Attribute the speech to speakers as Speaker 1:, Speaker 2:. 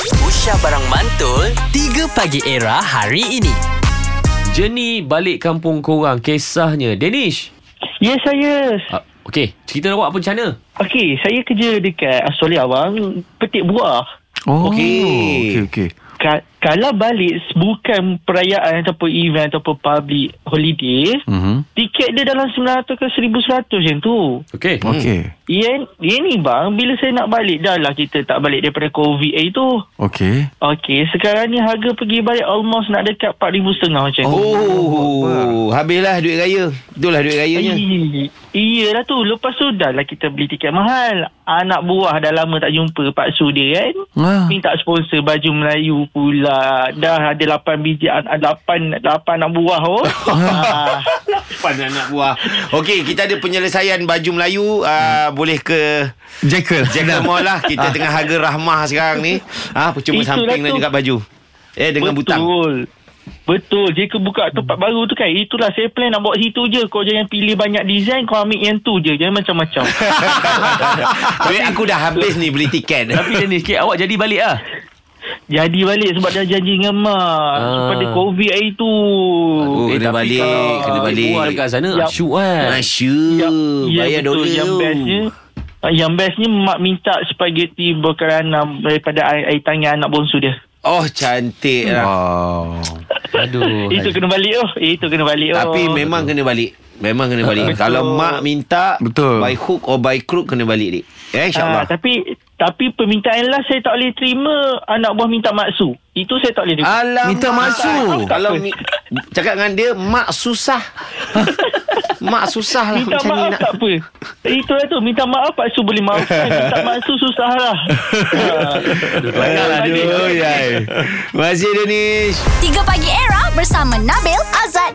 Speaker 1: Aisyah Barang Mantul 3 Pagi Era hari ini
Speaker 2: Jenny balik kampung korang Kisahnya Danish
Speaker 3: Ya saya
Speaker 2: uh, Okey Cerita awak apa macam mana?
Speaker 3: Okey saya kerja dekat Australia abang Petik buah
Speaker 4: Oh,
Speaker 2: Okey.
Speaker 4: Okey, okey.
Speaker 3: Ka- Kalau balik bukan perayaan ataupun event ataupun public holiday
Speaker 4: Mhm.
Speaker 3: Tiket dia dalam 900 ke 1100 macam tu
Speaker 2: Okey
Speaker 4: Okey.
Speaker 3: Ya, ya ni bang Bila saya nak balik Dah lah kita tak balik daripada COVID eh, itu
Speaker 4: Okey.
Speaker 3: Okey sekarang ni harga pergi balik Almost nak dekat 4,500 macam tu
Speaker 5: Oh, habislah duit raya. Itulah duit rayanya.
Speaker 3: I- Iyalah tu Lepas tu dah lah kita beli tiket mahal Anak buah dah lama tak jumpa Pak Su dia kan
Speaker 4: Ah.
Speaker 3: Minta sponsor baju Melayu pula Dah ada 8 biji ah, an- 8, 8 anak buah oh. Ah.
Speaker 5: Panas anak buah. Okey, kita ada penyelesaian baju Melayu. Uh, boleh ke
Speaker 4: Hmm. Jekyll. Ah.
Speaker 5: Jackal Mall lah. Kita tengah harga rahmah sekarang ni. Ah, percuma
Speaker 3: Itulah
Speaker 5: samping dan
Speaker 3: tu.
Speaker 5: juga baju. Eh, dengan butang.
Speaker 3: Betul Betul Dia ke buka tempat baru tu kan Itulah saya plan nak bawa situ je Kau jangan pilih banyak design Kau ambil yang tu je Jangan macam-macam
Speaker 5: Duit aku dah habis ni beli tiket.
Speaker 3: Ya.
Speaker 2: Tapi Danish okay, Awak jadi balik lah
Speaker 3: Jadi balik sebab dah janji dengan mak
Speaker 2: Ah.
Speaker 3: Sebab dia covid hari tu
Speaker 5: Aduh, Oh, kena
Speaker 2: Eh, tapi
Speaker 5: balik,
Speaker 2: kalau
Speaker 5: kena
Speaker 2: balik
Speaker 5: balik.
Speaker 2: Buah dekat sana
Speaker 3: Yap.
Speaker 2: Asyuk kan
Speaker 5: Masya
Speaker 3: Ya,
Speaker 5: Bayar
Speaker 3: betul.
Speaker 5: dolar
Speaker 3: Yang bestnya uh, yang bestnya mak minta spaghetti berkerana daripada air, air tangan anak bongsu dia.
Speaker 5: Oh cantik
Speaker 4: Hmm.
Speaker 5: lah
Speaker 4: Wow.
Speaker 2: Aduh
Speaker 3: itu kena balik oh. Itu kena balik oh.
Speaker 5: Tapi memang kena balik Memang kena balik
Speaker 3: Betul.
Speaker 5: Kalau mak minta
Speaker 4: Betul.
Speaker 5: By hook or by crook Kena balik dik Eh
Speaker 3: Ah,
Speaker 5: insyaAllah
Speaker 3: tapi tapi permintaan last saya tak boleh terima anak buah minta maksu. Itu saya tak boleh terima.
Speaker 5: Alamak.
Speaker 4: Minta maksu.
Speaker 5: Kalau mi, cakap dengan dia mak susah. mak susah lah
Speaker 3: Minta
Speaker 5: macam ni
Speaker 3: maaf
Speaker 5: nak.
Speaker 3: tak apa Itulah tu Minta maaf Pak Su boleh maafkan Minta maaf Su susah lah Ah.
Speaker 5: lah Aduh, yai. Masih Danish.
Speaker 6: 3 Pagi Era bersama Nabil, Azad